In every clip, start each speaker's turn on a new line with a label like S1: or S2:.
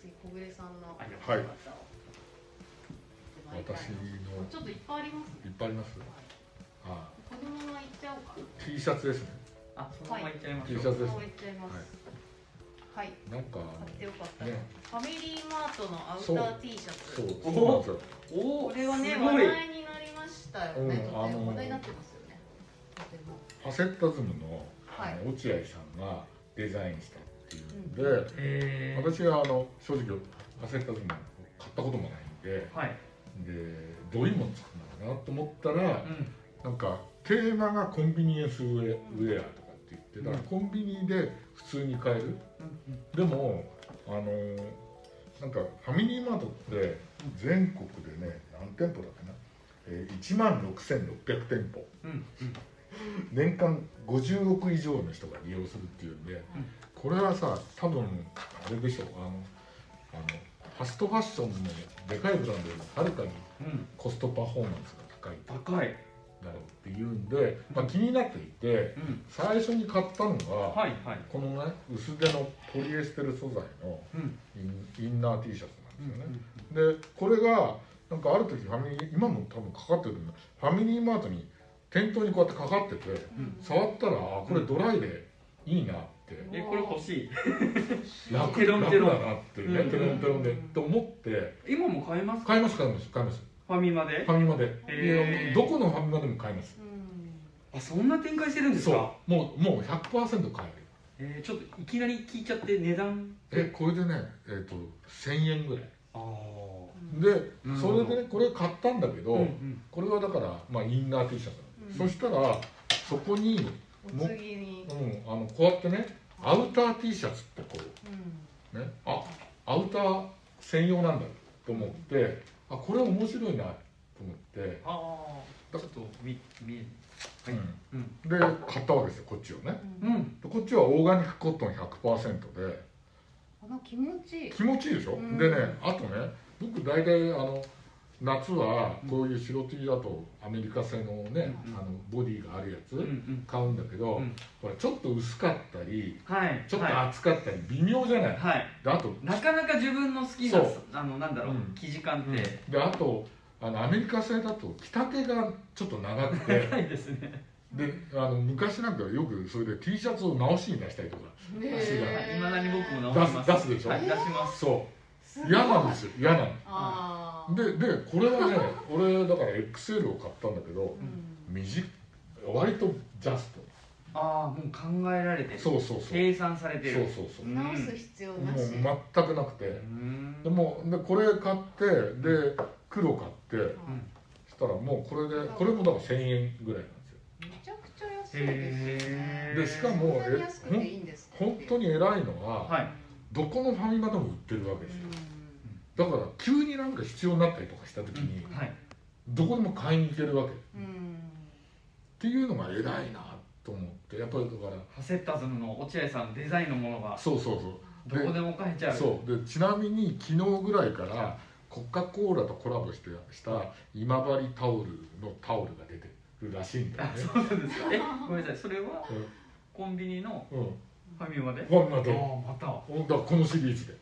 S1: さんの方
S2: ありがとうござ
S1: を
S2: い
S1: 伺
S2: ま
S1: いたい
S3: 私の
S1: ちょっといっぱいあります
S3: いっ
S1: ね
S3: ぱいあります。
S1: はい
S3: は
S1: このまま行っちゃおうか
S3: い。T シャツですね。
S2: あ、そのままいっちゃいましょ
S3: T
S2: う。
S3: シャ
S1: こ
S3: ツ
S1: のまま行
S3: です
S1: っちゃいますはい
S3: なんか
S1: 買ってよかった
S3: ね、
S1: ファミリーマートのアウター T シャツ
S3: そうそうなん
S2: お
S3: ですよ。
S2: お
S1: こ
S2: お、
S1: れはね
S2: す
S1: 話
S2: ごい。
S1: 題になりましたよね、
S3: うん
S1: とても
S3: あの
S1: 話題になってますよねとても
S3: アセットズムの
S1: はい
S3: あの落合さんがデザインしたっていうんで、
S2: えー、
S3: 私はあの正直アセットズムを買ったこともないんで、
S2: はい。
S3: でどういうもの作るのかなと思ったら
S2: う、ん。
S3: なんかテーマがコンビニエンスウェ
S1: う
S3: ウ
S1: ん
S3: ェアとかって言って、だから
S2: うん
S3: コンビニで普通に買える。
S2: うん。
S3: でもあのーなんかファミリーマートって全国でね何店舗だっけな、えー、1万6600店舗
S2: うん。うん。
S3: 年間50億以上の人が利用するっていうんで、これはさ多分あれでしょあのあのファストファッションのでかいブランドよりもはるかに
S2: うん。
S3: コストパフォーマンスが高い
S2: 高い。
S3: だろうっていうんで、まあ、気になっていて
S2: うん。
S3: 最初に買ったのが、
S2: はいはい。
S3: このね薄手のポリエステル素材の
S2: うん。
S3: インインナー T シャツなんですよね、
S2: う
S3: でこれがなんかある時ファミリー今も多分かかってるんだファミリーマートに店頭にこうやってかかってて
S2: うん
S3: 触ったらあこれドライでいいなって、
S2: ん。え、これ欲しい。
S3: 楽
S2: テロンテロン
S3: 楽だなっていうね、
S2: うん
S3: テロンテロンでって思って
S2: 今も買えますか。
S3: 買います買います買います
S2: ファミマで
S3: フ。ァミマで、
S2: へー
S3: どこのファミマでも買います
S1: うん
S2: あ、そんな展開してるんですか。
S3: そうもうもう100%買える
S2: えー、ちょっといきなり聞いちゃって値段。
S3: えこれでねえっ、と1000円ぐらい
S2: ああ。
S1: うん
S3: で
S2: うん
S3: それでねこれ買ったんだけど、
S2: うんうん。
S3: これはだから、まあ、インナー T シャツ
S1: うん
S3: そしたらそこに、
S1: お次に
S3: う、ん、あのこうやってねアウター T シャツってこ
S1: うん
S3: うねあアウター専用なんだと思ってあこれ面白いなと思って、
S2: ああ。ちょっと見見える。はいうん。
S3: うん、で買ったわけですよこっちをね
S1: う
S2: うんん。
S3: でこっちはオーガニックコットン100%で
S1: あの気持ちいい
S3: 気持ちいいでしょ、
S1: うん
S3: でねあとね僕大体あの夏はこういう白 T だとアメリカ製のね、
S2: うん
S3: あのボディがあるやつ、
S2: うんうん。
S3: 買うんだけど、
S2: うん
S3: ほらちょっと薄かったり
S2: はい。
S3: ちょっと
S2: は
S3: 厚かったり微妙じゃない、
S2: い。はい。
S3: であと、
S2: なかなか自分の好きな
S3: そう
S2: あのなんだろう、
S3: うん
S2: 生地感って、
S3: であとあのアメリカ製だと着丈がちょっと長く て
S2: ないですね、
S3: であの昔なんかよくそれで T シャツを直しに出したりとか
S1: ね
S3: 足が
S2: はいまだに僕も
S1: な
S2: 直します
S3: 出す出すでしょ
S2: はい、出します
S3: そ
S1: すごい
S3: う嫌なんですよ嫌なの
S1: あー
S3: ででこれはね 俺だから XL を買ったんだけど
S1: うん
S3: 短い割とジャス
S2: ああもう考えられて
S3: ト
S2: る
S3: そうそうそうそう
S2: 計算されてる
S3: そうそうそう
S2: うん
S1: 直す必要
S3: も
S1: なし
S3: う全くなくて
S2: うーん
S3: でもうでこれ買ってで黒買って
S2: うん
S3: したらもうこれでこれもだから1000円ぐらいなんですよ
S1: めちゃくちゃ安いですよ
S2: へ
S1: ね
S2: ー
S3: でしか
S1: そん
S3: も
S1: なに安くていいんですか
S3: 本当に偉いのは、
S2: はい
S3: どこのファミマでも売ってるわけですよだから急になんか必要になったりとかした時に、
S1: うん
S2: はい
S3: どこでも買いに行けるわけっ
S1: うんうん
S3: ていうのが偉いなと思ってやっぱりだから
S2: ハセッタズムの落合さんのデザインのものが
S3: そうそう
S2: どこでも買えち
S3: そう
S2: ゃう
S3: そうでちなみに昨日ぐらいからコカ・コーラとコラボしてした今治タオルのタオルが出てるらしいんだよ
S2: あ
S3: ね
S2: そうなんですかえごめんなさいそれは
S3: うん
S2: コンビニの
S3: うん
S2: ファミマで
S3: ファミマ
S2: あ
S3: で
S2: あまたあ
S3: だからこのシリーズで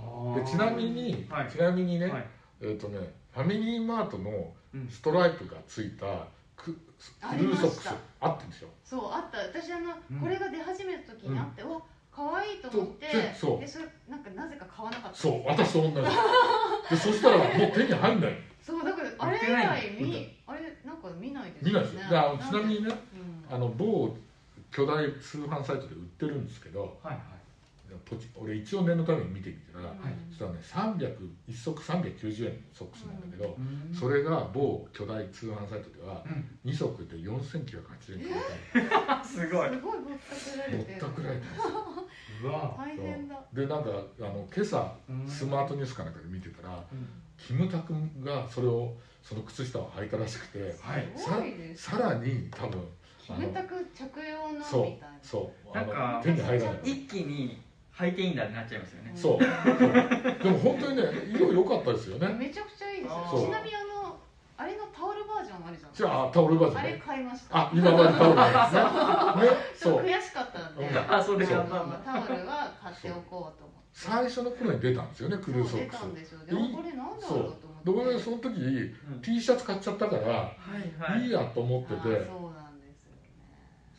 S2: ー
S3: でちなみに、
S2: はい
S3: ちなみにね、
S2: はい
S3: えっ、とねファミリーマートの
S2: うん
S3: ストライプがついたク
S1: あ
S3: ク
S1: り
S3: ル
S1: ま
S3: ー
S1: した
S3: ソックスあってるでしょ
S1: そうあった私あの、
S2: うん
S1: これが出始めた時にあって、うわ可愛いと思って
S3: そうそう
S1: でそれなんかなぜか買わなかった
S3: そう私と同じ でそしたらもう手に入んない
S1: そうだからあれ以外見あれなんか見ないです
S3: 見ないですよだからちなみ
S1: に、
S3: にね
S1: うん
S3: あの某巨大通販サイトで売ってるんですけど
S2: はいはい
S3: ポチ俺一応念のために見てみたら、
S2: はい
S3: そしたらね300一足390円のソックスなんだけど、
S2: うーん
S3: それが某巨大通販サイトでは
S2: うん
S3: 2足で4980円で
S2: あすごい
S1: すごいぼったくられ
S3: ぼってたくられたんですよ
S2: うわ
S1: 大変だ
S3: でなんかあの今朝
S2: うん
S3: スマートニュースかなんかで見てたら
S2: うん
S3: キムタクがそれをその靴下を履いたらしくて
S2: はい
S1: すごいです
S3: さらに多分
S1: キムタク着用のみた
S3: そう
S1: いな
S3: そう
S2: なんか
S3: あの手に入らない
S2: 一気に履いていいんだってなっちゃいますよね
S3: そうそうでも本当にね色良かったですよね
S1: めちゃくちゃいいです
S2: あ
S1: よ
S3: ー
S1: ちなみにあのあれのタオルバージョンあるじゃん
S3: じゃあタオルバージョ
S1: あ
S3: ン
S1: れ
S3: ね
S1: 買いました
S3: あ今までタオルバージョンねね
S1: ちょっ
S3: そ
S1: と
S3: う
S1: 悔しかったんで、
S3: うん
S2: だあそれがまあまあ
S1: タオルは買っておこうと思って
S3: 最初の頃に出たんですよねクルーソ
S1: そう出
S3: ックス
S1: たんですよでもこれなんだろうと
S3: で
S1: 思って
S3: 俺その時
S2: うん
S3: T シャツ買っちゃったから
S2: はいはい
S3: いいやと思って
S1: あ
S3: て
S1: そうなんですよね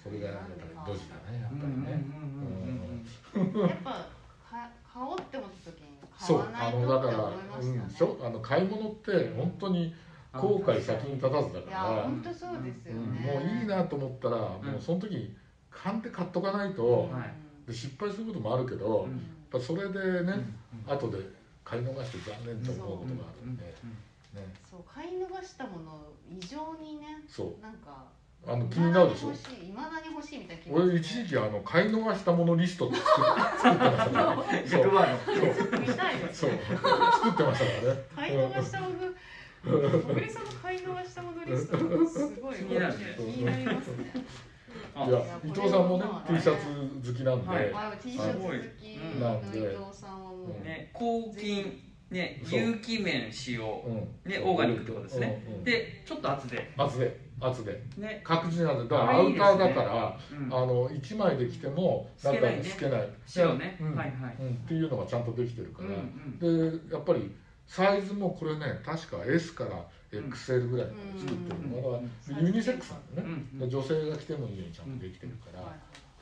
S3: それがやっぱりドジだねやっ
S2: うんう
S3: ぱ
S2: ん
S3: り
S2: うん
S3: ね
S1: やっぱか買おうって思った時に買
S3: そう
S1: わな
S3: あ
S1: いと
S3: の
S1: っ
S3: だ
S1: て
S3: か
S1: 思
S3: ら
S1: いま
S3: う
S1: し
S3: ん
S1: たね
S3: そうあの買い物って本当に
S2: うん
S3: 後悔先に立たずだ
S1: い
S3: か
S1: や
S3: ら
S1: 本当そうですよ
S3: うん
S1: ね
S3: もういいなと思ったら
S2: ん
S3: もうその時買って買っとかないうと
S1: ん
S2: はい
S3: で失敗することもあるけど
S2: うん
S3: やっ
S1: うん
S3: ぱそれで
S2: うんうん
S3: ね後で買い逃して残念と思うことがあるんでね
S1: そう買い逃したもの異常にね
S3: そ
S1: なんか
S3: うあの気になるでしょ
S1: いまだに欲しいみたいな気
S3: 俺一時期あの買い逃したものリストって作っ作ってましたからね
S2: うん100万の
S1: 見たいよ
S3: そう作ってましたからね
S1: 買い逃したもの小栗さんの買い逃したものリストすごい
S2: 気になるね
S1: 気になりますね
S2: あ
S3: い
S1: い
S3: や
S1: や
S3: 伊藤さんもね
S1: これ
S3: T
S1: は
S3: シャツ好きなんで、
S2: はい
S1: あ T シャツ好きの伊藤さんはもう
S2: ね抗菌ね
S3: そう
S2: 有機麺使用
S3: うん
S2: ねオーガニックってことですね
S3: うんうん
S2: でちょっと厚で
S3: 厚で厚で
S2: ね
S3: 確実なんでだから
S2: あ
S3: ア
S2: いい
S3: ウ
S2: です
S3: タ
S2: ね
S3: ーだから、
S2: うん
S3: あの1枚で着ても
S2: 透
S3: なん
S2: け
S3: か
S2: ないね
S3: 透けない
S2: 白ね
S3: うん
S2: はいはい
S3: うん、っていうのがちゃんとできてるか
S2: うん
S3: ら
S2: う、ん
S3: でやっぱりサイズもこれね確か S から XL ぐらいまで作ってるのが、
S2: うんうん
S3: だからユニセックスなんだ
S2: う
S3: ね、
S2: んう
S3: で
S2: ん
S3: 女性が着てもいいようにちゃんとできてるから,、だか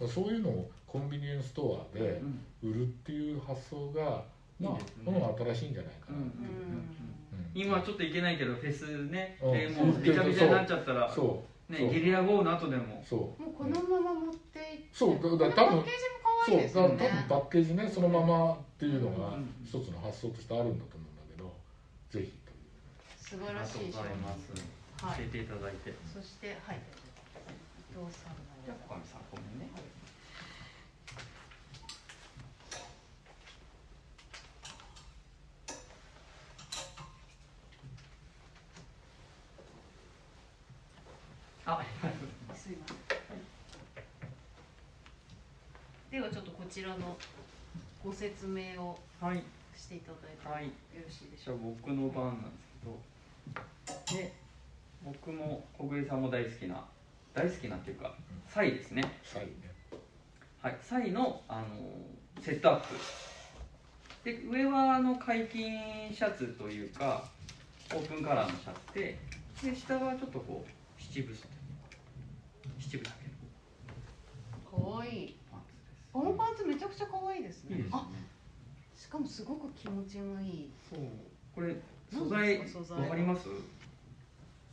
S3: らそういうのをコンビニエンスストアで
S2: うん
S3: 売るっていう発想が、まあ
S2: いいですね
S3: この方が新しいんじゃないか
S2: うんう
S3: な、
S1: う
S2: んう
S1: ん
S2: ん
S3: うん
S2: 今ちょっといけないけどフェスね
S3: うん
S2: でもうビチャビチャになっちゃったら
S3: そ
S2: ねゲリラ豪雨の後でも
S3: うそ
S1: もうこのまま持っていって
S3: うそうだだ
S1: パ
S3: 多
S1: ッ
S3: 分
S1: ケージも可
S3: そう
S1: 愛いで
S3: だか
S1: す
S3: ら
S1: よ
S3: 多分
S1: ね
S3: パッケージねそのままっていうの
S2: う
S3: が
S2: んうん
S3: 一つの発想としてあるんだと思うんだけどぜひ
S1: 素
S2: あ
S1: 晴
S2: り
S1: ら
S2: が
S1: し
S2: とう
S1: い
S2: ございます
S1: は
S2: 教え
S1: い
S2: ていただいて
S1: そしてはい伊藤さん
S2: じゃあ小上さんごめんね
S1: のすい
S2: あ
S1: ませんではちょっとこちらのご説明を
S2: はい
S1: していただいて
S2: はい
S1: よろしいでし
S2: じ
S1: ょ
S2: ゃあ僕の番なんですけどで僕も小暮さんも大好きな大好きなっていうかサイですね
S3: 最後ね
S2: はい、サイの、あのーセットアップで上はあの解禁シャツというかオープンカラーのシャツでで下はちょっとこう七分袖七分丈の
S1: うかわいい
S2: パンツ
S1: このパンツめちゃくちゃ可愛いです
S2: ですいい
S1: ね
S2: ですね
S1: あしかもすごく気持ちのいい
S2: そうこれ素
S1: 何
S2: 材
S1: ですか素材
S2: わかります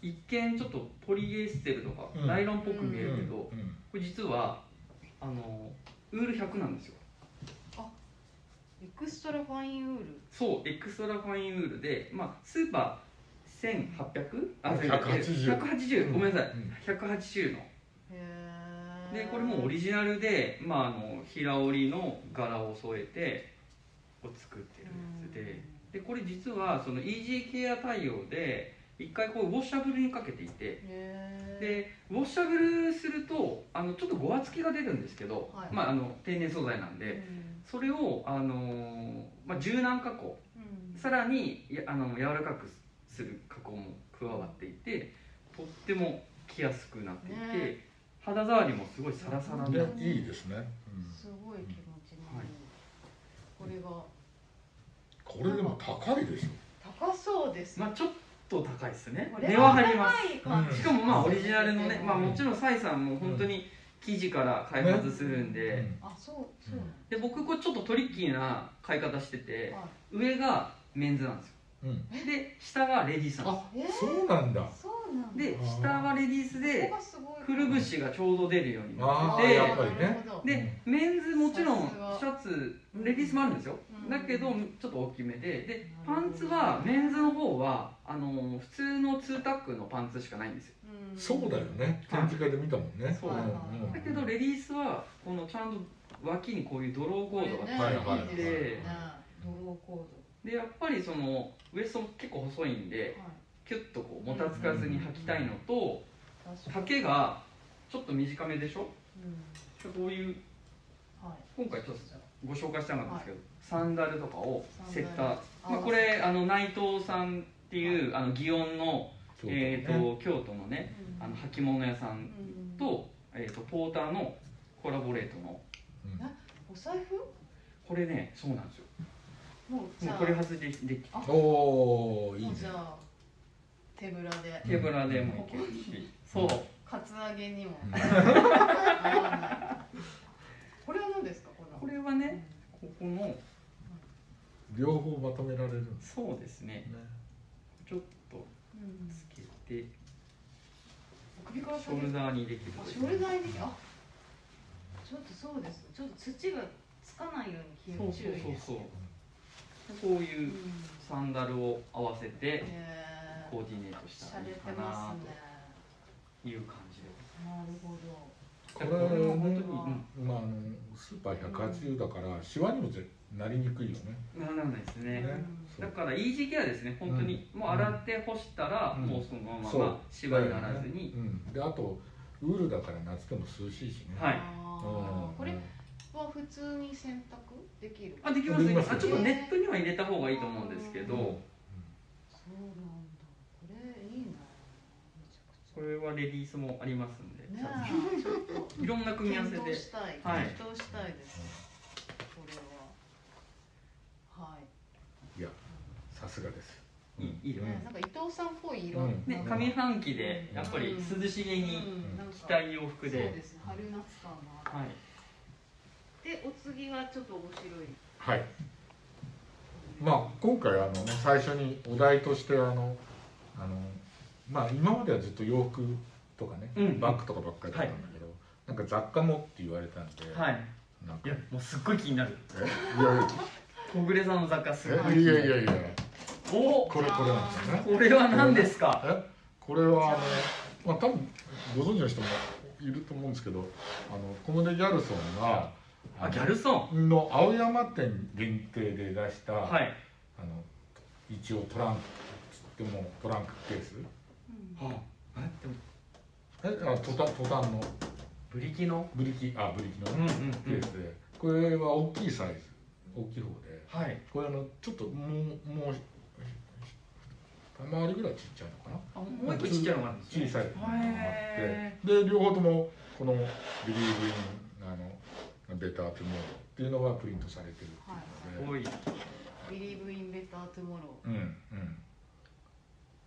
S2: 一見ちょっとポリエステルとか、
S3: うん
S2: ナイロンっぽく見え
S3: うん
S2: るけど、こ
S3: うん
S2: れ実はあのーウール100なんですよ
S1: エクストラファインウール
S2: そうエクストラファインウールで、まあ、スーパー1800あ
S3: 180
S2: 180ごめんなさい、
S3: うん
S2: 180の
S1: へえ
S2: でこれもうオリジナルで、まあ、あの平織りの柄を添えてを作ってるやつででこれ実はその EG ケア対応で一回こうウォッシャブルにかけていて
S1: へえ
S2: でウォッシャブルするとあのちょっとごわつきが出るんですけど、
S1: はい
S2: まあ、あの天然素材なんでそれを、あのーまあ、柔軟加工さらにやあの柔らかくする加工も加わっていてとっても着やすくなっていて、
S1: ね
S2: 肌触りもすごいサラサラで、
S1: ね
S3: でいいですね、うん
S1: すごい気持ちのいいこれが
S3: これでも高いでしょ
S1: 高そうです
S2: まあ、ちょっと高いですね
S1: これ
S2: 値は張ります
S1: 高い感じ
S2: しかもまあオリジナルのね、
S1: うん
S2: まあ、もちろんサイさんも本当に生地から開発するんで、
S3: うん
S1: あそうそうなんだ
S2: で僕これちょっとトリッキーな買い方してて
S1: は
S2: 上がメンズなんですよ
S3: うん
S2: で下がレディースなんで
S3: あ
S1: いえー
S3: そうなんだ
S1: そうなんだ
S2: すよで下はレディース
S1: ここ
S2: で
S1: がすごい
S2: くるぶしがちょうど出るようになっ
S3: ああ
S2: てて
S3: やっぱりね
S2: でメンズもちろん
S1: さすが
S2: シャツレディースもあるんですよ、
S1: うん
S2: だけどちょっと大きめでで
S1: な
S2: パ
S1: るほど
S2: ンツはメンズの方はあのー普通のツータックのパンツしかないんですよ
S1: うん
S3: そうだよね展示会で見たもんね
S2: そう
S3: うんうん
S2: だけどレディースはこのちゃんと脇にこういうドローコ
S1: これね
S2: ードが
S3: こはいはい
S1: いいですよねドローコ
S2: でやっぱりそのウエストも結構細いんで
S1: ー
S2: キュッとこうもたつかずに履きたいのと
S1: ドはい確かに
S2: 丈がちょっと短めでしょ
S1: うん
S2: こういう
S1: はい
S2: 今回ちょっとご紹介したかったんですけど、サンダルとかをセッター
S1: あ
S2: まあ、これあの内藤さんっていう、あの祇園の、
S3: そうだね
S2: えー、と京都のねあの履物屋さん
S1: うん
S2: と,、えー、とポーターのコラボレートの
S3: うん
S1: お財布
S2: これねそうなんですよ
S1: もうじ
S2: も
S1: ゃ
S2: う
S1: あ
S2: 取り外しできでき
S1: あ
S3: おおいい
S1: もう
S3: ね
S1: じゃあ手ぶらで
S2: 手ぶらでもいけるしそう
S1: カツアゲにも
S3: うん
S1: これは何ですかこの
S2: これはねここの
S3: 両方まとめられるんです
S2: そうですね
S3: ね
S2: ちょっと
S1: うんうん
S2: つけて
S1: 首から
S2: シ
S1: 下
S2: ョ
S1: げ
S2: ル
S1: る
S2: ダーにできる
S1: あショルダーにあちょっとそうですちょっと土がつかないように
S2: そう
S1: 注
S2: そう
S1: 意です
S2: そうそうこう
S1: う
S2: いうんサンダルを合わせて
S1: へ
S2: コ
S1: ー
S2: ーディネートした
S1: 洒
S2: らいい
S1: 落て
S2: か
S1: ま
S2: な
S1: すね
S2: という感じで
S1: なるほど
S3: これ
S2: これは
S3: は
S2: 本
S3: 本
S2: 当に、
S3: 当にまああのスーパー180だからシワにもぜなりにくいよね
S2: うん、ならないですね
S3: ねそ
S2: だ
S3: う
S2: からイージーケアですね本当に、
S3: うん
S2: もう洗って干したら、
S3: うん
S2: もうそのま
S3: そう
S2: ましわにならずに、
S3: うん、であとウールだから夏でも涼しいしね
S2: はい
S1: あ
S3: うん
S1: ーこれは普通に洗濯できる
S2: あできます
S3: できます
S2: あちょっとネットには入れた方がいいと思うんですけど、
S3: うん
S1: そうなんだこれいいなめちゃくちゃ
S2: これはレディースもありますんで、
S1: ね
S2: ちゃん
S1: えちょっと
S2: といろんな組み合わせ
S1: 検討
S2: で
S1: したい、
S2: はい
S1: 検討したいです、これははい
S3: いやさすがです
S2: いいいいよ
S1: ね、
S3: ね
S1: なんか伊藤さんっぽい色、
S3: うん
S1: なん
S2: ね
S1: か
S2: 上半期でやっぱり涼しげに
S1: うんなんか
S2: 着たい洋
S1: そう
S2: 服で、
S1: ですね春夏感もあ
S2: はい
S1: るでお次はちょっと面白い
S3: はいまあ今回あのね最初にお題としてあのあのまあ今まではずっと洋服とかね、
S2: うん
S3: バッグとかばっかりだったんだけど、なんか雑貨もって言われたんで、
S2: はい
S3: なん
S2: い
S3: か
S2: やもうすっごい気になる
S3: えいや
S2: 小暮さんの雑貨すっごい
S3: えいやいやいや
S2: お
S3: これこれなんですよね
S2: これは何ですか
S3: えこれはあのまあ多分ご存知の人もいると思うんですけどあのコムデ・ギャルソンが
S2: あギャルソン
S3: の青山店限定で出した、
S2: はい
S3: あの一応トランクつってもトランクケース
S1: うん
S2: はあえでも
S3: えあトタトタンの
S2: ブリキの
S3: ブリキあブリキの
S2: うんうんう
S3: ケー
S2: ん
S3: スで、これは大きいサイズ大きい方で
S2: はい
S3: これあのちょっともうもう玉回りぐらいちっちゃいのかな
S2: あもう一個ちっちゃいのがあるんですね
S3: 小さいのがあ
S2: へ
S3: ってで両方ともこの「ビリーブ・イン・あのベター・トゥ・モー」っていうのがプリントされてるっていうので、
S2: おい
S1: ビリーブインベタートゥモロ
S3: うんうん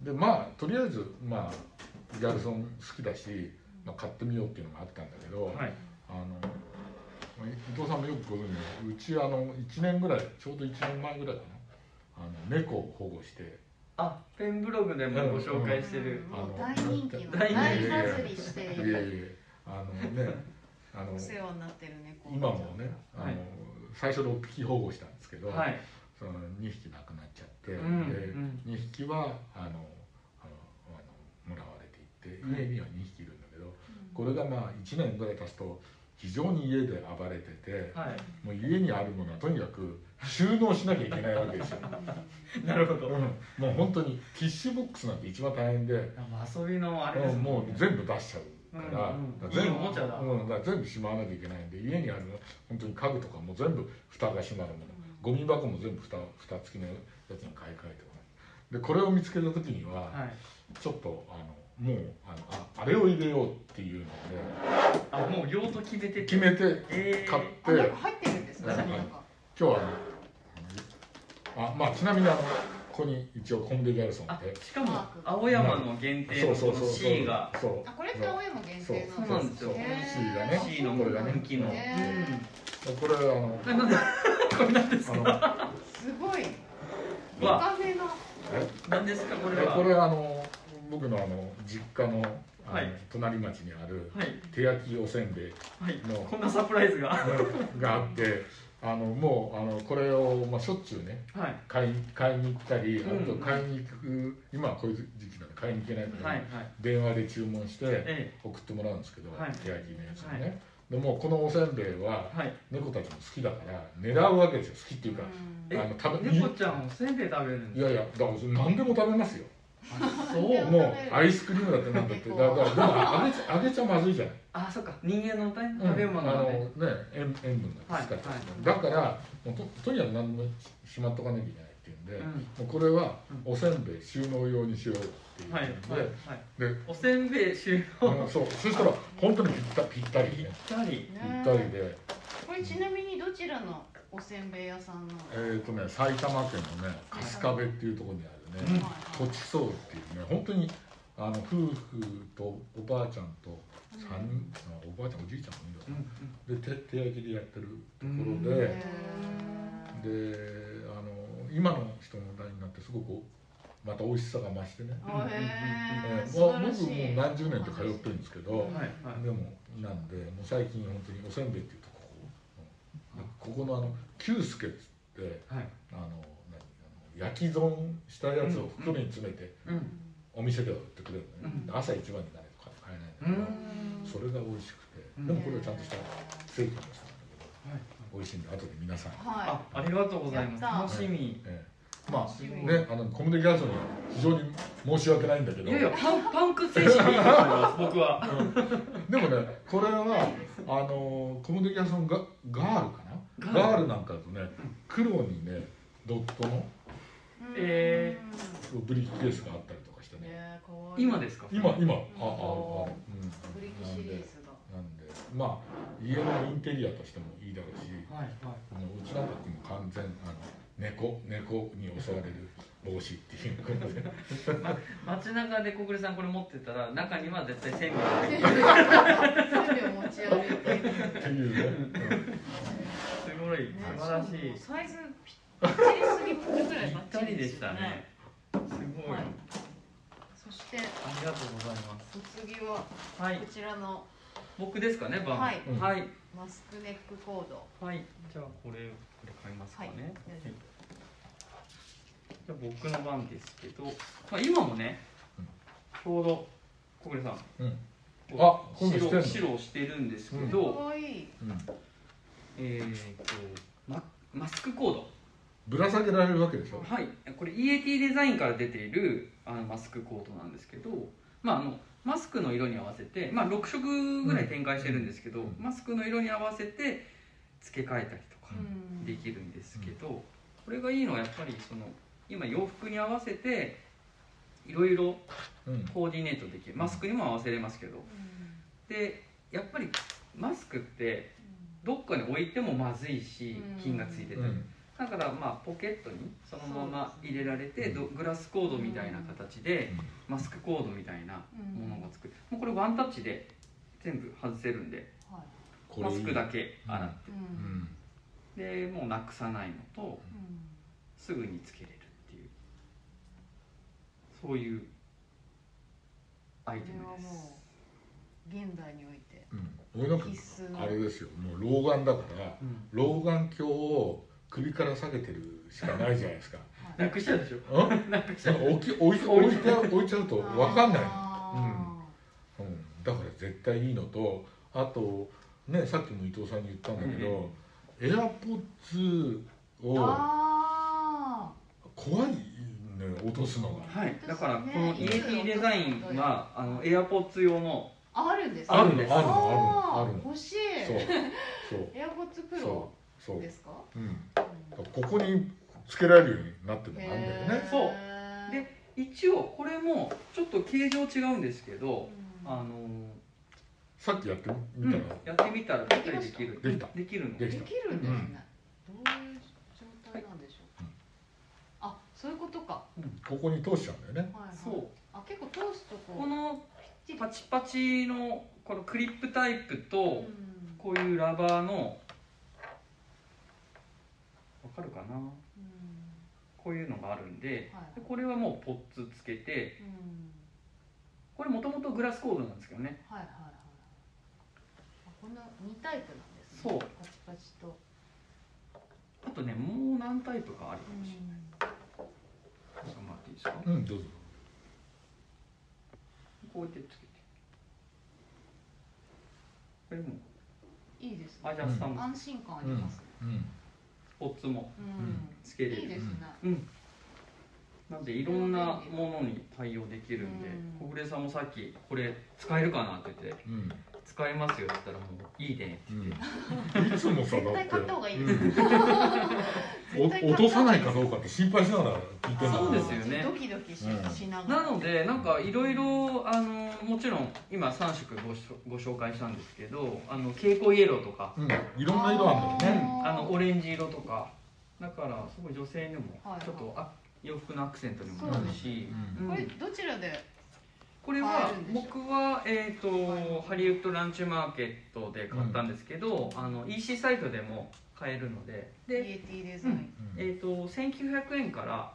S3: でまあとりあえずまあギャルソン好きだし、まあ、買ってみようっていうのがあったんだけど、
S2: はい
S3: あの伊藤さんもよくご存知のうちあの1年ぐらいちょうど1年前ぐらいかなあの猫を保護して
S2: あペンブログでもご紹介してる
S1: うんもう
S3: あの
S1: 大人気の
S2: 大
S1: 大
S2: 人気
S1: バズりして
S3: い
S1: い
S3: えい
S1: る
S3: えあのねあの
S1: お世話になってる猫
S3: 今もねあの、
S2: はい
S3: 最初6匹保護したんですけど、
S2: はい
S3: その2匹亡くなっちゃって、
S2: うん
S3: で2匹はあのあのあのもらわれていって
S2: はい
S3: 家には2匹いるんだけど、
S1: うん
S3: これがまあ1年ぐらい経つと非常に家で暴れてて、
S2: はい
S3: もう家にあるものはとにかく収納しなきゃいけないわけですよ、
S2: なるほ
S3: う
S2: ど
S3: ん、もう本当にティッシュボックスなんて一番大変で、
S2: まあ遊びのあれです
S3: もう全部出しちゃうから,、
S2: うんうん
S3: 全
S1: いい
S3: 部
S1: おも
S2: ちゃだ
S3: うん、だから全部しまわなきゃいけないんで家にある本当に家具とかも全部蓋が閉まるものゴミ箱も全部蓋蓋付きのやつに買い替えてもらうでこれを見つけた時には、
S2: はい
S3: ちょっとあのもうあのああれを入れようっていうの
S2: あもう用途決めて
S3: で決めて
S2: えー
S3: 買っ
S1: あ
S3: て、
S1: なんか入ってるんですね
S3: うん
S1: なんか
S3: 今日はあのあまあちなみにあのここに一応コンデギャルソン
S2: あ
S3: って
S2: しかも青山の限定
S3: そ
S2: の
S3: うそう
S2: こ
S3: そう
S2: の
S3: そう
S2: C が
S3: そう
S1: あこれって青山限定なん
S2: そうなんですよ
S1: へ
S3: そう C がね
S1: ー
S2: C のこれが人気の、
S1: ね
S3: これあの
S2: うん、なんでこれなんです
S3: あの
S2: か
S1: すごいお
S2: わ
S1: 金の
S3: え
S2: なんですかこれは
S3: これあの僕のあの実家のあの、
S2: はい
S3: 隣町にある
S2: はい
S3: 手焼きおせんべい
S2: はい
S3: の
S2: こんなサプライズが
S3: があってあのもうあのこれを、まあ、しょっちゅうね
S2: はい
S3: 買い買いに行ったりあ
S2: うん
S3: と買いに行く今はこういう時期なんで買いに行けないから、
S2: はいはい
S3: 電話で注文して
S2: え
S3: 送ってもらうんですけど、
S2: はい
S3: 手焼きのやつをね、
S2: はい
S3: でもうこのおせんべいは
S2: えはい
S3: 猫たちも好きだから狙うわけですよ好きっていうか、
S1: うん
S2: え
S3: あの食べ
S2: 猫ちゃんおせんべい食べるん
S3: い
S2: です
S3: やいやだから何でも食べますよ
S2: あ
S1: い
S2: そ
S1: や
S2: う
S3: もうアイスクリームだってなんだってだからだからでもあげちゃあげちゃまずいじゃない
S2: あそっか人間のね食べ物
S3: あ
S2: な
S3: の
S2: んで、
S3: ね塩塩分が使っちゃう
S2: はいはい
S3: だからもうととにかく何もししまっとかなきゃいけないっていうんで、
S2: うん
S3: もうこれは
S2: う
S3: おせんべい収納用にしようっていうんで、
S2: はいはいはい
S3: で
S2: おせんべい収
S3: あ
S2: 納
S3: のそうそしたら本当にぴったぴったりね
S2: ぴったり
S3: ぴ
S1: ね
S3: ったりで
S1: これれちなみにどちらのおせんべい屋さんの、
S3: えっ、とね埼玉県のね春日部っていうところにあるね、
S1: はい
S3: 土地層っていうね本当にあの夫婦とおばあちゃんと3人、あおばあちゃんおじいちゃんもいる
S2: うん
S3: のかなで手手焼きでやってるところ
S2: うん
S3: で、
S1: へー
S3: であの今の人の代になってすごくまた美味しさが増してね、
S1: あ
S3: え
S1: へー
S3: ー
S1: 素
S3: まあ
S1: 晴ら
S3: 僕
S1: しい
S3: もう何十年と通ってるんですけど、
S1: うん
S2: はいはい
S3: でもなんでもう最近本当におせんべいっていうとここ、うんここのあの久助っつって
S2: はい
S3: あの何あの焼き損したやつを袋に詰めて
S2: うん
S3: お店では売ってくれるのね、
S2: うん
S3: 朝一番になれとか買え
S2: う
S3: ないんだ
S2: ん
S3: けど、それが美味しくて、
S2: うん
S3: でもこれはちゃんとした成分にしたんだけど
S2: はい
S3: 美味しいんで後で皆さん、
S2: あ
S1: は
S2: ありがとうござい
S1: やった
S2: ます楽しみ
S3: ええまあ
S1: い
S3: ね、あのコミュニケーションには非常に申し訳ないんだけ
S2: い
S3: ど
S2: やいやパンパンク精神でいいと思います僕 は
S3: でもねこれはあのコミュニケーションがガールかなガールなんかだとね黒にねドットの
S1: うん
S2: え
S3: ブリッキケースがあったりとかしてね
S1: ね可愛い
S2: 今ですか
S3: 今今ああああ
S1: おーブ
S3: う
S1: リ
S3: ん
S1: キ
S3: な
S1: シ
S3: ん
S1: リー
S3: で
S1: ズが
S3: なんでまあ家のインテリアとしてもいいだろうし
S2: はいは
S3: あのうちなんかもう完全あの猫猫に襲われる帽子っていうことで
S2: い街中で小暮さんこれ持ってたら中には絶対線が入ってる
S1: 全部持ち歩いてる
S3: っていうね、
S2: すごい
S1: ね
S2: 素晴らしい
S1: しかもサイズぴったりすぎるぐらい
S2: ぴ
S1: バ
S2: っ
S1: ッ
S2: た
S1: チ
S2: り
S1: リ
S2: ですし
S1: よ
S2: たねすごい
S1: はい
S2: あ
S1: そして
S2: りがとうございま
S1: お次は
S2: すはい
S1: こちらの
S2: 僕ですかね番
S1: はい
S3: うん
S2: はい
S1: マスクネックコード
S2: はい、じゃあこれこれ買いますかね。
S1: はい
S2: はいじゃあ僕の番ですけど、まあ今もね
S3: うん、
S2: ちょうど小暮さん、
S3: うん
S2: こ
S3: あ
S2: う
S3: 今度して
S2: 白
S3: んの
S2: 白をしてるんですけど、
S1: 可愛い
S3: うん、
S2: えーとママスクコード。
S3: ぶら下げられるわけでしょ
S2: はい、これ EAT デザインから出ているあのマスクコートなんですけど、まあ、あのマスクの色に合わせて、まあ、6色ぐらい展開してるんですけど、
S3: うん
S2: マスクの色に合わせて付け替えたりとか
S1: うん
S2: できるんですけど、これがいいのはやっぱりその今洋服に合わせていろいろ
S3: うん
S2: コーディネートできるマスクにも合わせれますけどでやっぱりマスクってどっかに置いてもまずいし
S1: うん
S2: 菌がついてたり
S3: うん
S2: だからまあポケットにそのまま入れられて
S3: そ
S2: ど
S3: う
S2: グラスコードみたいな形でマスクコードみたいなものが作るもうこれワンタッチで全部外せるんで
S1: はい
S3: これ
S2: マ
S3: いい
S2: スクだけ洗っ
S1: う
S3: うんん
S2: てでもうなくさないのと
S1: うん
S2: すぐにつけれるっていうそういうアイ
S1: こ
S2: テ
S1: れ
S2: ム
S1: は
S2: です
S1: もう現代において
S3: うん、俺なんか
S1: 必須の
S3: あれですよもう老眼だから
S2: うん
S3: 老眼鏡を首から下げてるしかないじゃないですか
S1: はい
S2: なくしちゃうでしょ
S3: うん
S2: なくしち
S3: な
S2: ゃ
S3: ん
S2: う
S3: か置き置い置いて置いちゃうと分かんない
S1: あ
S3: の、うん、だから絶対いいのとあとねさっきも伊藤さんに言ったんだけど、エアポッツ
S1: ー
S3: を
S1: あ
S3: 怖いね落とすのが
S2: はいだからこの
S1: 本当ですね
S2: EAT デザインはあの AirPods 用の
S1: ーあるんです
S2: あるんです
S3: あるの
S1: あ
S3: あ
S1: ー
S3: るのあるの
S1: 欲しい
S3: そう そう
S1: エアポッツプロ
S3: そうそう
S1: ですか
S3: うん
S1: うん
S3: だからここにつけられるようになってるのがあるんだよね
S1: へー
S2: そうで一応これもちょっと形状違うんですけど、
S1: うん
S2: あの
S3: さっきやって
S2: ー
S3: みたら、
S2: うんやってみたらぴったりできる
S3: できた
S2: できるの
S3: で
S1: で
S3: き
S1: きるんですね、どういう状態なんでしょうか、
S3: はい
S1: あそういうことか、は
S3: ここに通しちゃうんだよね
S1: いはい、
S2: そう
S1: あ結構通すとこ
S2: こ
S1: う
S2: の
S1: ピッチ
S2: パチパチのこのクリップタイプと
S1: うん
S2: こういうラバーのわかるかな
S1: うん
S2: こういうのがあるんで
S1: はい
S2: でこれはもうポッツつけて
S1: うん
S2: これもともとグラスコードなんですけどね
S1: はいはいはいあこんな二タイプなんですね
S2: そう
S1: パチパチと、
S2: あとねもう何タイプかあるか
S1: う
S2: もしれ
S1: ん
S2: ないちょっと待っていいですか
S3: うんどうぞ
S2: こうやってつけてこれも
S1: いいですね
S2: アジャスタも
S1: 安心感ありますね、
S3: うん
S2: ポッツも
S1: うん
S3: ん
S2: つけれ
S1: いい
S2: る
S1: ですね、
S2: うんなんでいろんなものに対応できるんで
S1: うん
S2: 小暮さんもさっきこれ使えるかなって言って
S3: うん
S2: 使使いますよって言ったらもういいね
S3: うん、 いつもさ
S4: 絶
S3: だ
S4: 対買
S3: っ
S4: った
S3: て
S4: 方がいいです
S3: うん
S4: 絶対買った方がい
S3: お
S4: い
S3: 落とさないかどうかって心配しながら聞いてるんだ
S2: そうですよね
S4: ドキドキし,、
S3: うん
S4: ながら
S2: なのでなんかいろいろあのもちろん今3色ごしょご紹介したんですけどあの蛍光イエローとか、
S3: うん、いろんな色あるんだよね
S2: あのオレンジ色とかだからすごい女性にも
S4: はい
S2: ちょっとあ洋服のアクセントにもなるし、
S3: う
S2: うん
S4: これどちらで
S2: これ
S4: 買
S2: は
S4: えるんでしょ
S2: 僕は、えー、
S4: は
S2: と
S4: い
S2: ハリウッドランチマーケットで買ったんですけど、あの EC サイトでも買えるのでで、
S4: EAT デザイン、
S3: うん
S2: えー、と1900円から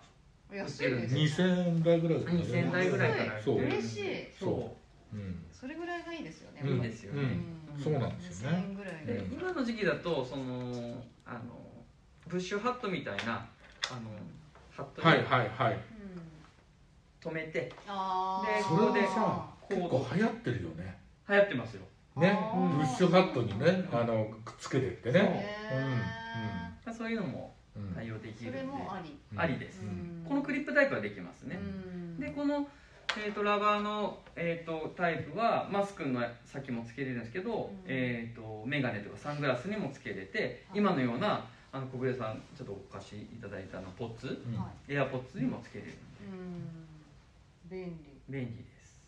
S4: 安いですね
S3: 2000円台ぐらいです
S2: 2000円台ぐらいから
S3: そう
S2: 売れる
S4: 嬉しい
S2: そ
S3: うん
S4: それぐらいがいいですよね
S2: ういいですよね、
S4: うん
S3: そうなんですよ
S4: 2000
S3: ね
S4: 円ぐらい
S2: で
S4: で
S3: うん
S2: 今の時期だとそのあのブッシュハットみたいなあのハット
S3: はい
S2: に
S3: はいはい
S4: うん
S2: 留めて、
S4: あー
S2: で
S3: それでさ
S2: こう
S3: 結構流行ってるよね
S2: 流行ってますよ
S3: ね
S4: あ
S2: ー
S3: ブッシュカットにねあのくっつけてってね
S4: へ
S2: そういうのも
S3: うん
S2: 対応でき
S4: ーそ
S2: るので
S4: れもあり
S3: うん
S2: ありです
S4: うん
S2: このクリップタイプはできますね、
S4: うん
S2: でこの、えー、とラバーの、えー、とタイプはマスクの先もつけれるんですけど、
S4: ん
S2: えー、と眼鏡とかサングラスにもつけれて
S4: はい
S2: 今のようなあの小暮さんちょっとお貸しいただいたあのポッツ
S3: うん
S4: はい
S2: エアポッツにもつけれる
S4: うん便利
S2: 便利です、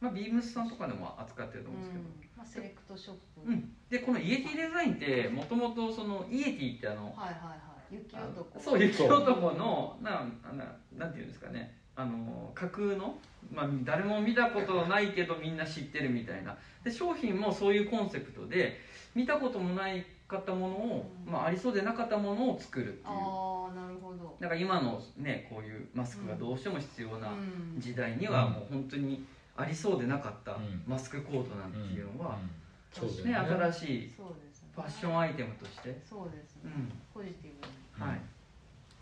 S2: まあ、ビームスさんとかでも扱ってると
S4: う
S2: 思うんですけど、
S4: んまあセレクトショップ
S2: うんでこのイエティデザインってもともとそのイエティってあの
S4: はいはいはい雪
S2: あの
S4: 男
S2: そう雪男のなんななんていうんですかねあの架空の、まあ、誰も見たことないけどみんな知ってるみたいなで商品もそういうコンセプトで見たこともないかったものを、
S4: うん
S2: まあ、ありそうでなかったものを作るっていう
S4: ああなるほど
S2: だから今のねこういうマスクがどうしても必要な
S4: うん
S2: 時代にはもう本当にありそうでなかった
S3: うん
S2: マスクコートなんていうのは、
S3: うんそうだ
S2: ね、
S3: よね
S2: 新しい
S4: そうですね
S2: ファッションアイテムとして、
S4: そうです
S2: う
S4: ね
S2: ん
S4: ポジティブに
S2: はい、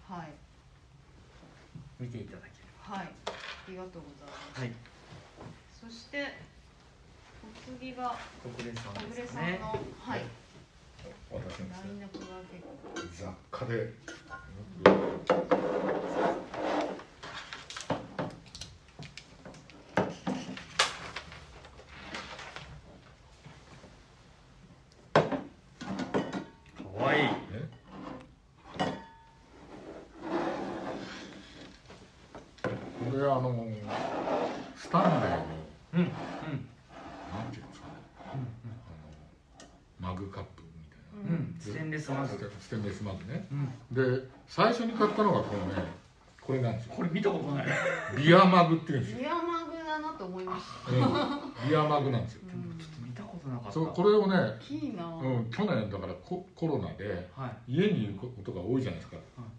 S4: はい
S2: 見ていただけれ
S4: はいありがとうございます
S2: ば、はい、
S4: そしてお次が
S2: 小暮さ
S4: 小
S2: んで
S4: 暮
S2: す
S4: さ
S2: か
S4: ん
S2: ね
S4: のはい
S3: 私の
S4: ラインナップが結構
S3: 雑貨で
S2: かわいい
S3: ねこれあのスタンレーの
S2: うんうん
S3: なんていうんですかねあのマグカップみたいな
S2: うんうんステンレスマグ
S3: ステステンレスマグね
S2: うん
S3: で最初に買ったのがこのねこれなんですよ
S2: これ見たことないち
S3: ビアマグっていうんですよ、
S4: ビアマグだなと思いました
S3: うん、ビアマグなんですよ
S4: うん
S2: ょっと見たことなかった
S3: そうこれをね、
S4: 大きいな
S3: う
S4: うん
S3: ん、去年だからココロナで
S2: はい
S3: 家にいることが多いじゃないですか、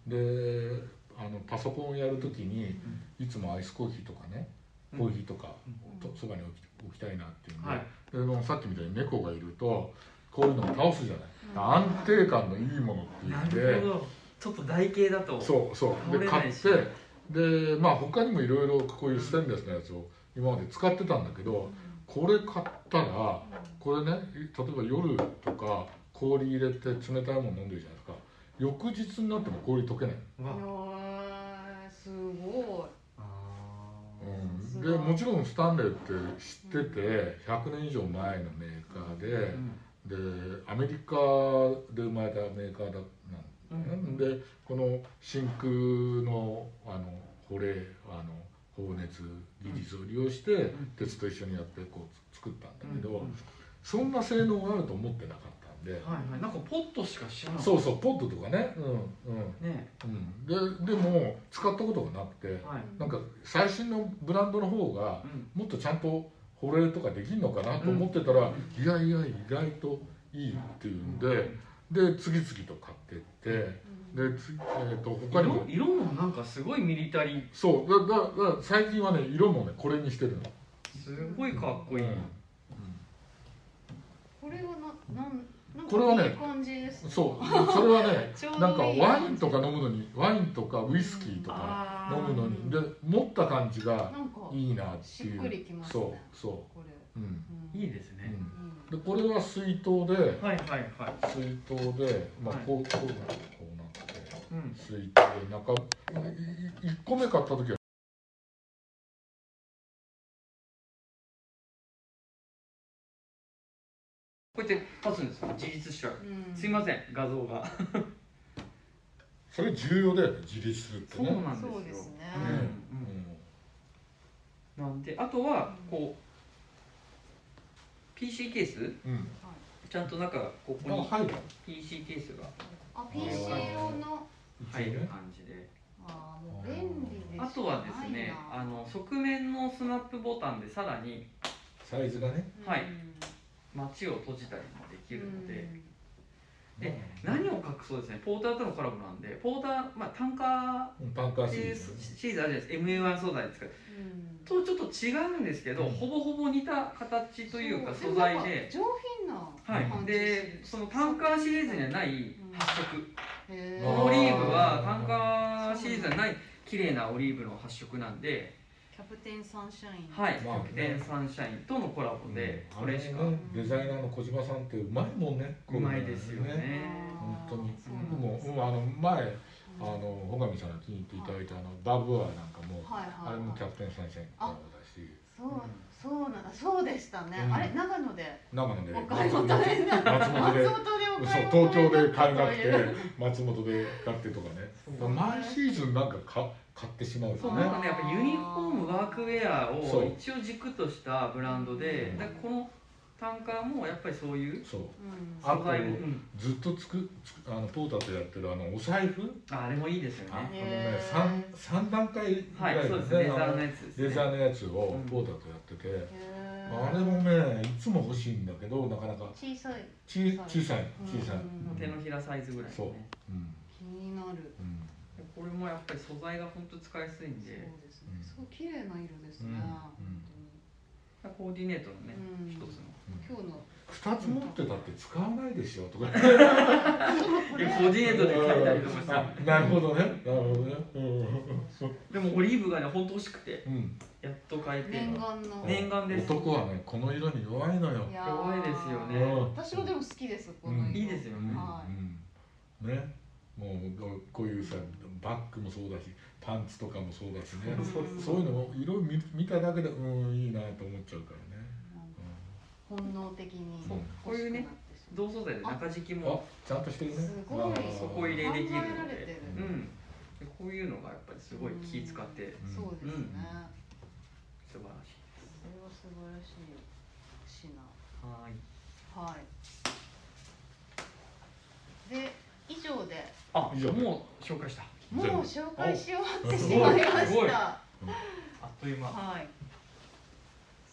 S3: であのパソコンをやるときにいつもアイスコーヒーとかね
S2: うん
S3: コーヒーとか
S4: うん
S3: とそばに置き置きたいなっていうんで,、
S2: はい
S3: でもさっきみたいに猫がいるとこういうのを倒すじゃな
S4: う
S3: い、
S4: ん
S3: 安定感のいいものってい
S2: な
S3: うんで
S2: るほどちょっと台形だと
S3: そうそう
S2: 倒
S3: で
S2: れ
S3: 買
S2: な
S3: っ
S2: いして
S3: でまあ他にもいろいろこういうステンレスのやつを今まで使ってたんだけどこれ買ったらこれね例えば夜とか氷入れて冷たいもの飲んでるじゃないですか翌日になっても氷溶けない、
S2: う
S4: い
S2: わ
S4: やーすご
S2: あ
S3: うん、
S4: すご
S3: で
S4: い
S3: もちろんスタンレーって知ってて100年以上前のメーカーで、
S2: ーうん
S3: でアメリカで生まれたメーカーだなんだよね、
S2: うん
S3: でこの真空のあの保冷あの放熱技術を利用して、
S2: ん
S3: 鉄と一緒にやってこう作ったんだけど、
S2: うん
S3: そんな性能があると思ってなかったんで、
S2: はいはいなんかポットしか知らない
S3: そうそうポットとかねうんうん
S2: ね
S3: うんででも使ったことがなくて
S2: はい
S3: なんか最新のブランドの方が
S2: うん
S3: もっとちゃんと保冷とかできるのかなと思ってたら、
S2: う
S3: いやいや意外といいっていうんで、で次々と買ってって
S4: い
S3: で、つえー、と他に
S2: 色色
S3: も
S2: もなんかすごいミリタリー
S3: そうだだだ最近はね色もねこれにしてるのか
S2: すごいかっこいい
S4: これはななんなん
S3: これは
S4: か
S3: ね
S4: いい感じですね
S3: そうそれはね
S4: ちょうどいい
S3: なんかワインとか飲むのにワインとかウイスキーとか
S2: あ
S3: 飲
S2: ー
S3: むのにで持った感じが
S4: なんか
S3: いいなっていう
S4: しっくりきますね
S3: そうそ
S4: これ、
S3: ううん、
S4: うん、
S2: い
S4: い
S2: いですね
S3: うん、でこれは水筒で
S2: はいはいはい
S3: 水筒でまあ
S2: はい
S3: こうこうなってこうなって
S2: うん
S3: 水筒で中いい一個目買った時は
S2: うやって立つんですよ自立した
S5: うん
S2: すいません画像が
S3: それ重要だよね自立するって
S2: そう
S3: ね
S2: なんですよ
S1: そうですね
S2: うんうんなんであとはこう PC ケース
S3: うん、うん、
S2: ちゃんと中がここ
S3: あ
S2: に
S3: 入る
S2: PC ケースが
S1: あ PC 用の
S2: 入る感じで
S1: あーもう便利でしかないな
S2: あとはですねあの側面のスナップボタンでさらに
S3: サイズがね
S2: はい
S5: うん
S2: 街を閉じたりもできるのでで
S3: うん
S2: 何を隠そうですねポーターとのコラボなんでポーターまあ単価
S3: うんパンカー
S2: っ
S3: シ
S2: て
S3: リ
S2: い
S3: ー
S2: う
S3: ズね
S2: シリーズあるじゃないですか MA1 素材ですか
S5: うん
S2: とちょっと違うんですけど、
S3: うん
S2: ほぼほぼ似た形というか
S1: そ
S2: 素材
S1: もなん
S2: で
S1: か上品な
S2: は
S1: 感じする
S2: い、でそのタンカーシリーズにはない発色、
S1: へ
S3: うん
S2: オリーブ
S3: あ
S2: はタンカーシリーズにはない綺麗なオリーブの発色なんで、
S1: キャプテンサンシャイン
S2: はい、
S3: まあね
S2: キャプテンサンシャインとのコラボで、
S3: うん
S2: これしか
S3: あ、ねデザイナーの小島さんってうまいもんね
S2: うまいですよね
S3: こういうの本当に僕も、うん、あの前あの穂上さんが気に入っていただいたあのバブアーなんかも、
S1: はいはいはい
S3: あれもキャプテンサンシャインのコラボだし
S1: そうそうなんだそうでしたね、
S3: うん
S1: あれ長野で
S3: 長野で
S1: お買い求めになった
S3: 松本
S1: 松本
S3: で
S1: でお買い
S3: そう
S1: 求
S3: 東京
S1: めに
S3: で
S1: な
S3: 買え
S1: った
S3: な
S1: と
S3: くて
S1: いう
S3: 松本で買ってとかね
S2: そう
S3: 毎シーズンなんか買買ってしまうよ
S2: そう
S1: あ
S2: なんか
S3: ね
S2: ねやっぱユニフォームワークウェア
S3: そ
S2: を
S3: う
S2: 一応軸としたブランドで
S3: うん
S2: だからこのタンカーもやっぱりそういう
S3: そう
S1: うん
S3: あ
S2: 素材も、
S3: こ
S2: うん
S3: ずっとつくつくあのポーターとやってるあのお財布
S2: ああれもいいですよ
S3: ああの
S2: ね
S3: ね
S1: へー
S3: 三三段階ぐ
S2: は
S3: ら
S2: い
S3: い
S2: そうです
S3: ね
S2: レザ
S3: あ
S2: ー
S3: の
S2: のやつですね
S3: レザーのやつを
S2: うん
S3: ポーターとやってて、
S1: へー
S3: あれもねいつも欲しいんだけどなかなか
S1: 小さい
S3: ち小さい小さい、
S1: うん
S2: 手のひらサイズぐらい
S3: そう
S2: のね
S3: うん
S1: 気になる
S3: うん
S2: でこれもやっぱり素材が本当使いやすいん
S1: そう
S2: で
S1: です
S3: う
S1: ね
S3: ん
S1: すごい綺麗な色ですね、
S3: うん
S1: 本
S2: コーディネートの
S1: 当
S2: ね
S1: にうん
S2: 一つの
S1: 今日の
S3: 2つ持ってたって使わないでしょと か
S1: こ
S2: い
S1: れ
S2: やコーディネートで描いたりとかした
S3: あなるほどねなるほどねうん
S2: でもオリーブがね本当欲しくて
S3: うん
S2: やっと描いて
S1: 念願の
S2: 念願です
S3: 男はねこの色に弱いのよ
S1: いやー
S2: 弱いですよ
S3: う
S2: ね
S3: ん
S1: 私はでも好きですこの色、
S3: うん
S2: いいですよね
S1: は
S3: うんねもうこういうさバッグもそうだしパンツとかもそうだしね
S1: そうそう
S3: そういうのも色見見ただけでうんいいなと思っちゃうからね、
S1: 本能的に
S3: そう
S2: こういうね同素材で中敷き
S3: うんあ
S2: も
S3: ちゃんとしてるね
S1: すごい
S3: あー
S2: そこ入れできる
S1: 考えら
S2: の
S1: れて
S2: で
S1: る
S2: うんでこういうのがやっぱりすごい気使って
S3: うん
S1: そうですね、
S2: うん素晴らしい
S1: それは素晴らしい品
S2: はーい
S1: はいで以上で
S2: あ
S3: 以上
S2: もう紹介した
S1: もう紹介し終わって
S3: す
S1: し
S3: ご
S1: ま
S3: い
S1: いま
S2: すご
S1: し
S2: い
S1: た
S2: あっという間
S1: はい。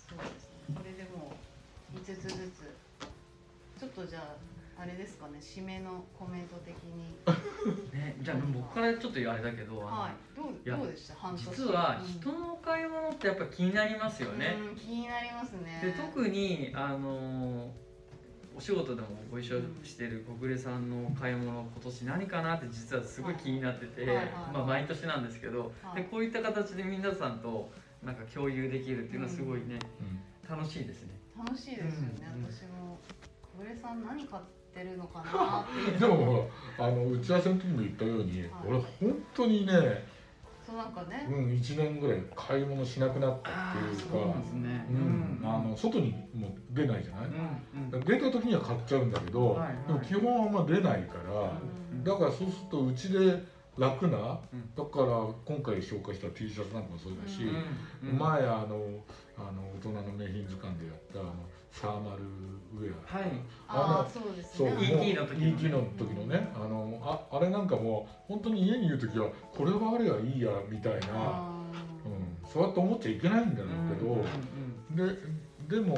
S1: そうですね。これでもう五つずつ。ちょっとじゃああれですかね。締めのコメント的に。
S2: ねじゃあ僕からちょっとあれだけどあの
S1: はい。ど
S2: いや
S1: うどうでした半年。
S2: 実は
S1: うん
S2: 人のお買い物ってやっぱ気になりますよね、
S1: うん気になりますね。
S2: で特にあのーお仕事でもご一緒してる小暮さんの買い物今年何かなって実はすごい気になってて、
S1: はいはいはい
S2: まあ、毎年なんですけど、
S1: はい
S2: でこういった形で皆さんとなんか共有できるっていうのはすごいね、楽しいですね
S1: 楽しいですよね。
S2: うん
S1: 私も小暮さん何買ってるのかなっていう。
S3: でもほらあの打ち合わせの時も言ったように、俺本当にね、
S1: そうなんかね
S3: う。ん、1年ぐらい買い物しなくなったっていう
S2: そうな
S3: か
S2: んですね
S3: う
S2: うんん
S3: あの外にもう出ないじゃない、
S2: うんうん
S3: 出た時には買っちゃうんだけど、
S2: はいはい
S3: でも基本はあんま出ないから、
S1: うん
S3: だからそうするとうちで楽な、
S2: うん
S3: だから今回紹介した T シャツなんかもそうだし、
S1: うん
S2: うん
S3: 前あのあの大人の名品図鑑でやったあのサーマルウェア、
S2: はい
S1: あ
S3: あ
S1: あそうです
S3: そう
S1: ね。
S3: もう
S2: ET の時のね
S3: ET の時のねあのああれなんかもう本当に家にいる時はこれはあればいいやみたいな、
S1: あ
S3: う
S1: ー
S3: ん、そうやって思っちゃいけないんだろうけど、
S2: うんうん
S3: ででも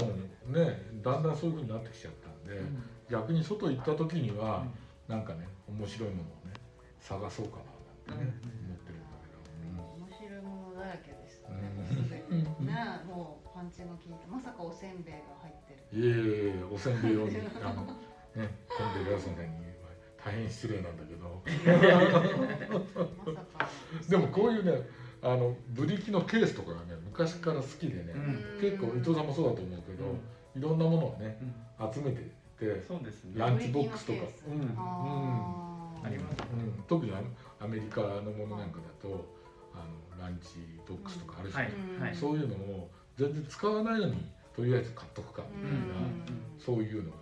S3: ねだんだんそういうふうになってきちゃったんで、
S2: うん
S3: 逆に外行った時に
S2: う
S3: は
S2: ん、
S3: なんかね面白いものをね探そうかななんてね、
S2: うん
S3: 思って
S1: 面白い
S3: るんだ
S1: ものだらけでしたね。もう
S3: うん
S1: すでにね、もうパンチの効いた、まさかおせんべいが入ってる。
S3: けど、うん、いえいえいえおせんべい用にあの ね今度偉そうさんに言えば大変失礼なんだけど
S1: まさか。
S3: でもこういうねあのブリキのケースとかがね昔から好きでね、
S2: うん
S3: 結構伊藤さんもそうだと思うけど、いろんなものをね
S2: うん
S3: 集めてって
S2: そうですね
S3: ランチボックスとか
S1: ブリキのケース
S3: うんうん
S1: あ
S2: あります
S3: うん、特にあのアメリカのものなんかだとあのランチボックスとかあるし、
S2: はいは
S1: う
S2: い
S1: ん
S3: そういうのを全然使わないのにとりあえず買っとくか
S1: あ。う
S3: みたいな、
S1: ん。
S3: そういうのが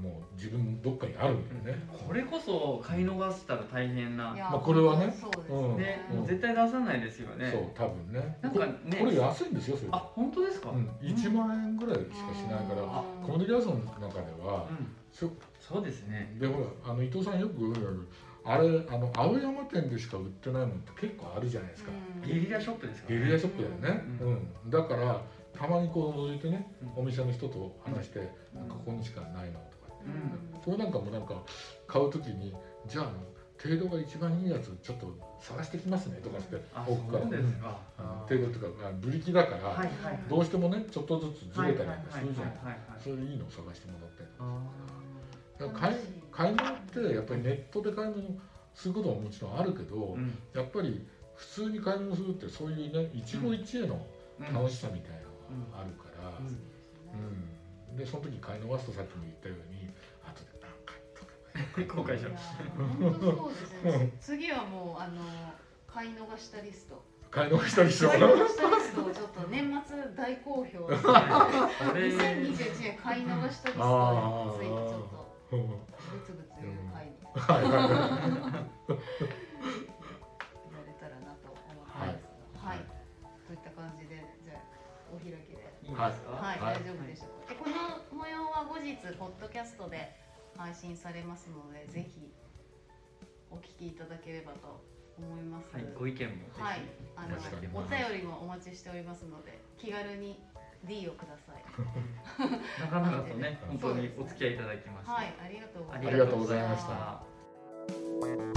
S3: もう自分どっかにあるんだよね、
S2: これこそ買い逃したら大変な、
S1: い
S2: ね
S1: や
S3: まあこれはね
S1: そうです
S3: うん
S1: ね。
S2: もう絶対出さないですよね
S3: そう多分ね
S2: なんかね
S3: ここれ安いんですよそれ
S2: あ本当ですか、
S3: うん、1万円ぐらいしかしないから、
S1: あ
S3: コモディガーソンの中では、
S2: うん
S3: そ
S2: そうですね
S3: でほらあの伊藤さんよくあれあの青山店でしか売ってないものって結構あるじゃないですか、
S2: ゲリラショップですか
S3: ゲ
S2: ら、
S3: リラショップだよね、う
S2: うん
S3: だからたまにこう覗いてね、
S2: うん
S3: お店の人と話して、
S1: うん
S3: なんかここにしかないのとか、
S1: うん
S3: それなんかもなんか買う時にじゃあ程度が一番いいやつちょっと探してきますねとかして
S2: あ
S3: 奥から
S2: そうですか、
S3: あの程度っていうかあブリキだから、
S2: はいはい
S3: どうしてもねちょっとずつずれたり
S2: は
S3: ないんか
S2: は
S3: す
S2: い
S3: るじゃない
S2: はいはいはい
S3: それいいのを探してもらって
S2: あ
S3: だから買い買い物ってやっぱりネットで買い物することももちろんあるけど、
S2: ーうん
S3: やっぱり普通に買い物するってそういうね一期一会の
S2: うん
S3: 楽しさみたいなのがあるから、
S2: うん
S1: そう
S3: うんでその時買い逃すとさっきも言ったように後で何買っとけ ばよかっ
S2: 後悔
S3: た
S2: し
S1: です
S2: ちゃ
S1: ねい
S2: う
S1: や本当そうですね。次はもうあの買い逃したリスト。
S3: 買い逃したりしょ
S1: 買い逃したリストをちょっと年末大好評。
S2: それ
S1: 2021年買い逃したリストをついてちょっと
S3: うん
S1: グツグツ言う回に
S3: はいはいは
S1: 言われたらなと思ってますが。はい。といった感じでじゃあお開きで。
S2: いいんですか、
S1: はい、
S3: はい
S1: 大丈夫でしょうか。でこの模様は後日ポッドキャストで配信されますので、ぜひお聞きいただければと思います。
S2: はい、ご意見もぜひ、
S1: はいあの
S3: よろしくお願いし
S1: お
S3: ます
S1: 便りもお待ちしておりますので、気軽に D をください。
S2: なかなかとね
S3: はい
S2: 本当にお付き合いいただきまして、
S1: はい、ありがとうござい
S3: ありがとうございました
S2: ありがとうございました